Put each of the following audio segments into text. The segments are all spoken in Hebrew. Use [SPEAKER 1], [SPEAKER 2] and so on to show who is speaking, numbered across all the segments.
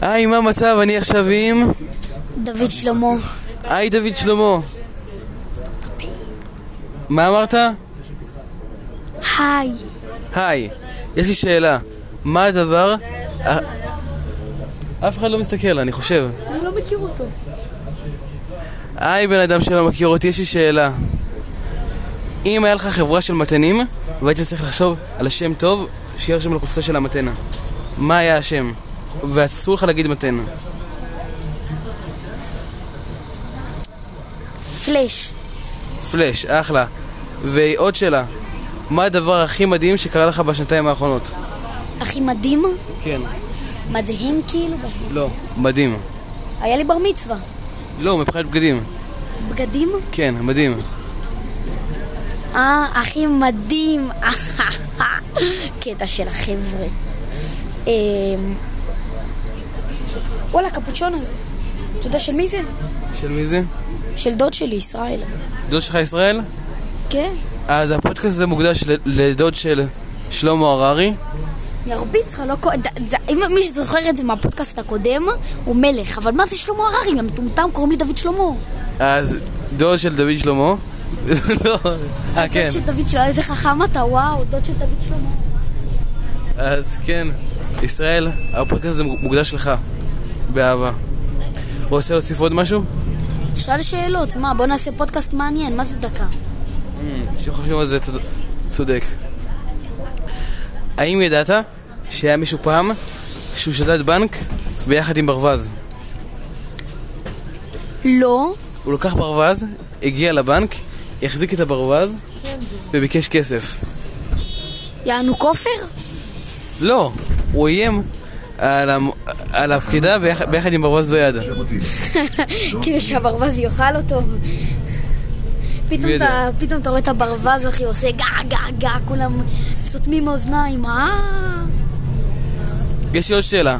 [SPEAKER 1] היי, מה המצב? אני עכשיו עם...
[SPEAKER 2] דוד שלמה,
[SPEAKER 1] היי, דוד שלמה. מה אמרת?
[SPEAKER 2] היי,
[SPEAKER 1] היי, יש לי שאלה. מה הדבר... ה- אף אחד לא מסתכל, אני חושב.
[SPEAKER 2] אני לא מכיר אותו.
[SPEAKER 1] היי, בן אדם שלא מכיר אותי, יש לי שאלה. אם היה לך חברה של מתנים, והיית צריך לחשוב על השם טוב, שיהיה רשום על הקופסה של המתנה. מה היה השם? ואסור לך להגיד מתנה.
[SPEAKER 2] פלאש,
[SPEAKER 1] פלאש, אחלה. ועוד שאלה, מה הדבר הכי מדהים שקרה לך בשנתיים האחרונות?
[SPEAKER 2] הכי מדהים,
[SPEAKER 1] כן.
[SPEAKER 2] מדהים כאילו,
[SPEAKER 1] לא. מדהים.
[SPEAKER 2] היה לי בר מצווה.
[SPEAKER 1] לא, מבחינת בגדים.
[SPEAKER 2] בגדים?
[SPEAKER 1] כן, מדהים.
[SPEAKER 2] אה, הכי מדהים, קטע של החבר'ה. אמ, וואלה, קפוצ'ון הזה. אתה יודע של מי זה?
[SPEAKER 1] של מי זה?
[SPEAKER 2] של דוד שלי, ישראל.
[SPEAKER 1] דוד שלך ישראל?
[SPEAKER 2] כן?
[SPEAKER 1] אז הפודקאסט הזה מוקדש ל- לדוד של שלמה הררי.
[SPEAKER 2] ירביץ לך, לא כל... ד- ד- אם מי שזוכר את זה מהפודקאסט הקודם, הוא מלך. אבל מה זה שלמה הררי? המטומטם קוראים לי דוד שלמה.
[SPEAKER 1] אז דוד של דוד שלמה. לא. אה, כן.
[SPEAKER 2] דוד של דוד שלמה, איזה חכם אתה, וואו, דוד של דוד שלמה.
[SPEAKER 1] אז כן, ישראל, הפודקאסט הזה מוקדש לך. באהבה. רוצה להוסיף עוד משהו?
[SPEAKER 2] שאל שאלות, מה, בוא נעשה פודקאסט מעניין, מה זה דקה?
[SPEAKER 1] שחושבים על זה צוד... צודק. האם ידעת שהיה מישהו פעם שהוא שדד בנק ביחד עם ברווז?
[SPEAKER 2] לא,
[SPEAKER 1] הוא לקח ברווז, הגיע לבנק, החזיק את הברווז וביקש כסף.
[SPEAKER 2] יענו כופר?
[SPEAKER 1] לא, הוא איים על, המ... על הפקידה ביח... ביחד עם ברווז ביד.
[SPEAKER 2] כאילו שהברווז יאכל אותו. פתאום
[SPEAKER 1] בדיוק.
[SPEAKER 2] אתה- פתאום אתה רואה את הברווז, אחי, עושה גע, גע, גע, כולם סותמים אוזניים, אה...
[SPEAKER 1] יש לי עוד שאלה,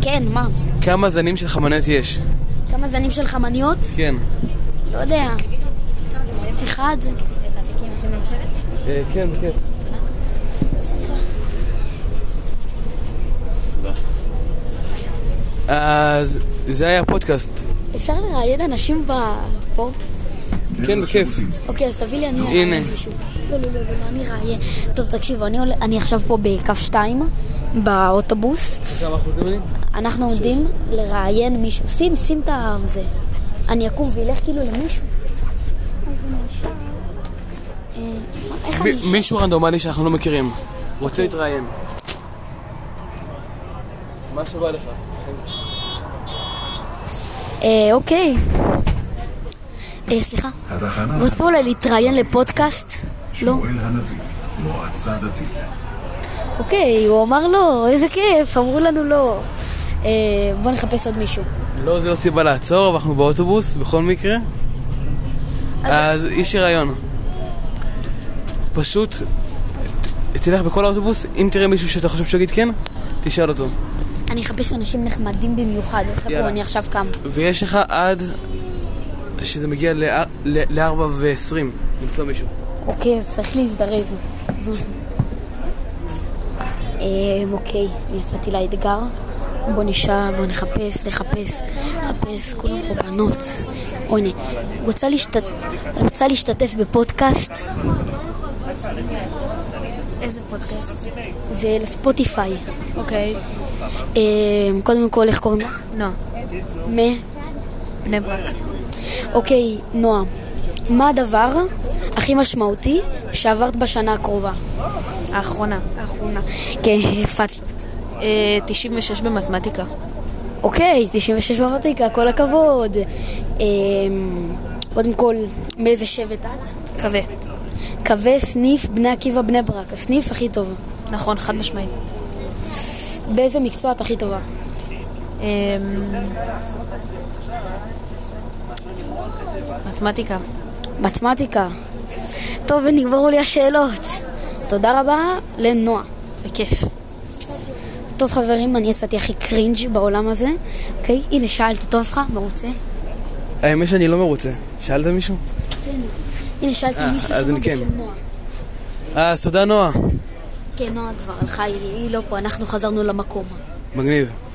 [SPEAKER 2] כן, מה?
[SPEAKER 1] כמה זנים של חמניות יש?
[SPEAKER 2] כמה זנים של חמניות?
[SPEAKER 1] כן.
[SPEAKER 2] לא יודע. אחד.
[SPEAKER 1] אה, כן, כן. אז זה היה הפודקאסט.
[SPEAKER 2] אפשר לראיין אנשים ב... פה?
[SPEAKER 1] כן, בכיף.
[SPEAKER 2] אוקיי, אז תביא לי, אני
[SPEAKER 1] הנה.
[SPEAKER 2] אראיין מישהו. לא, לא, לא, לא, לא, אני אראיין. טוב, תקשיבו, אני, עול- אני עכשיו פה בקו 2, באוטובוס. אנחנו עומדים לראיין מישהו. שים, שים את הזה. אני אקום וילך כאילו למישהו. אה, מה- איך אני
[SPEAKER 1] מ-
[SPEAKER 2] אשאל?
[SPEAKER 1] מישהו רנדומלי שאנחנו לא מכירים, רוצה להתראיין. מה שבא לך.
[SPEAKER 2] אה, אוקיי. אה, סליחה.
[SPEAKER 3] התחנה
[SPEAKER 2] רוצו אולי להתראיין לפודקאסט? לא.
[SPEAKER 3] שמואל הנביא, מועצה דתית.
[SPEAKER 2] אוקיי, הוא אמר לא, איזה כיף, אמרו לנו לא. אה, בוא נחפש עוד מישהו.
[SPEAKER 1] לא, זה לא סיבה לעצור, אבל אנחנו באוטובוס, בכל מקרה. אז יש לי רעיון. פשוט, ת- תלך בכל האוטובוס, אם תראה מישהו שאתה חושב שיגיד כן, תשאל אותו.
[SPEAKER 2] אני אחפש אנשים נחמדים במיוחד, חכו,
[SPEAKER 1] יאללה.
[SPEAKER 2] אני עכשיו קם.
[SPEAKER 1] ויש לך עד שזה מגיע ל-4 ו-20 למצוא מישהו.
[SPEAKER 2] אוקיי, אז צריך להזדרז. זוז. אמ, אוקיי, אני יצאתי לאתגר. בוא נשאר, בוא נחפש, נחפש, נחפש, כולם פה בנות. או, הנה, רוצה, להשת... רוצה להשתתף בפודקאסט?
[SPEAKER 4] איזה פודקאסט?
[SPEAKER 2] זה לספוטיפיי.
[SPEAKER 4] אוקיי.
[SPEAKER 2] אמ, קודם כל, איך קוראים לך?
[SPEAKER 4] נועה,
[SPEAKER 2] מה?
[SPEAKER 4] בני ברק.
[SPEAKER 2] אוקיי, נועה, מה הדבר הכי משמעותי שעברת בשנה הקרובה?
[SPEAKER 4] האחרונה. האחרונה.
[SPEAKER 2] כן, פאט.
[SPEAKER 4] 96 במתמטיקה.
[SPEAKER 2] אוקיי, 96 במתמטיקה, כל הכבוד. אמ, קודם כל, מאיזה שבט את?
[SPEAKER 4] קווה.
[SPEAKER 2] קווי סניף בני עקיבא בני ברק, הסניף הכי טוב.
[SPEAKER 4] נכון, חד משמעית.
[SPEAKER 2] באיזה מקצוע את הכי טובה?
[SPEAKER 4] אמ, מתמטיקה.
[SPEAKER 2] מתמטיקה. טוב, ונגמרו לי השאלות. תודה רבה לנועה.
[SPEAKER 4] בכיף.
[SPEAKER 2] טוב חברים, אני יצאתי הכי קרינג' בעולם הזה. אוקיי, הנה שאלתי, טוב לך? מרוצה?
[SPEAKER 1] האמת שאני לא מרוצה. שאלת מישהו?
[SPEAKER 2] הנה שאלתי
[SPEAKER 1] אה,
[SPEAKER 2] מישהו
[SPEAKER 1] אז
[SPEAKER 2] שמו
[SPEAKER 1] אני כן.
[SPEAKER 2] בשם נועה.
[SPEAKER 1] אז תודה נועה.
[SPEAKER 2] כן, נועה כבר הלכה, היא, היא לא פה, אנחנו חזרנו למקום.
[SPEAKER 1] מגניב.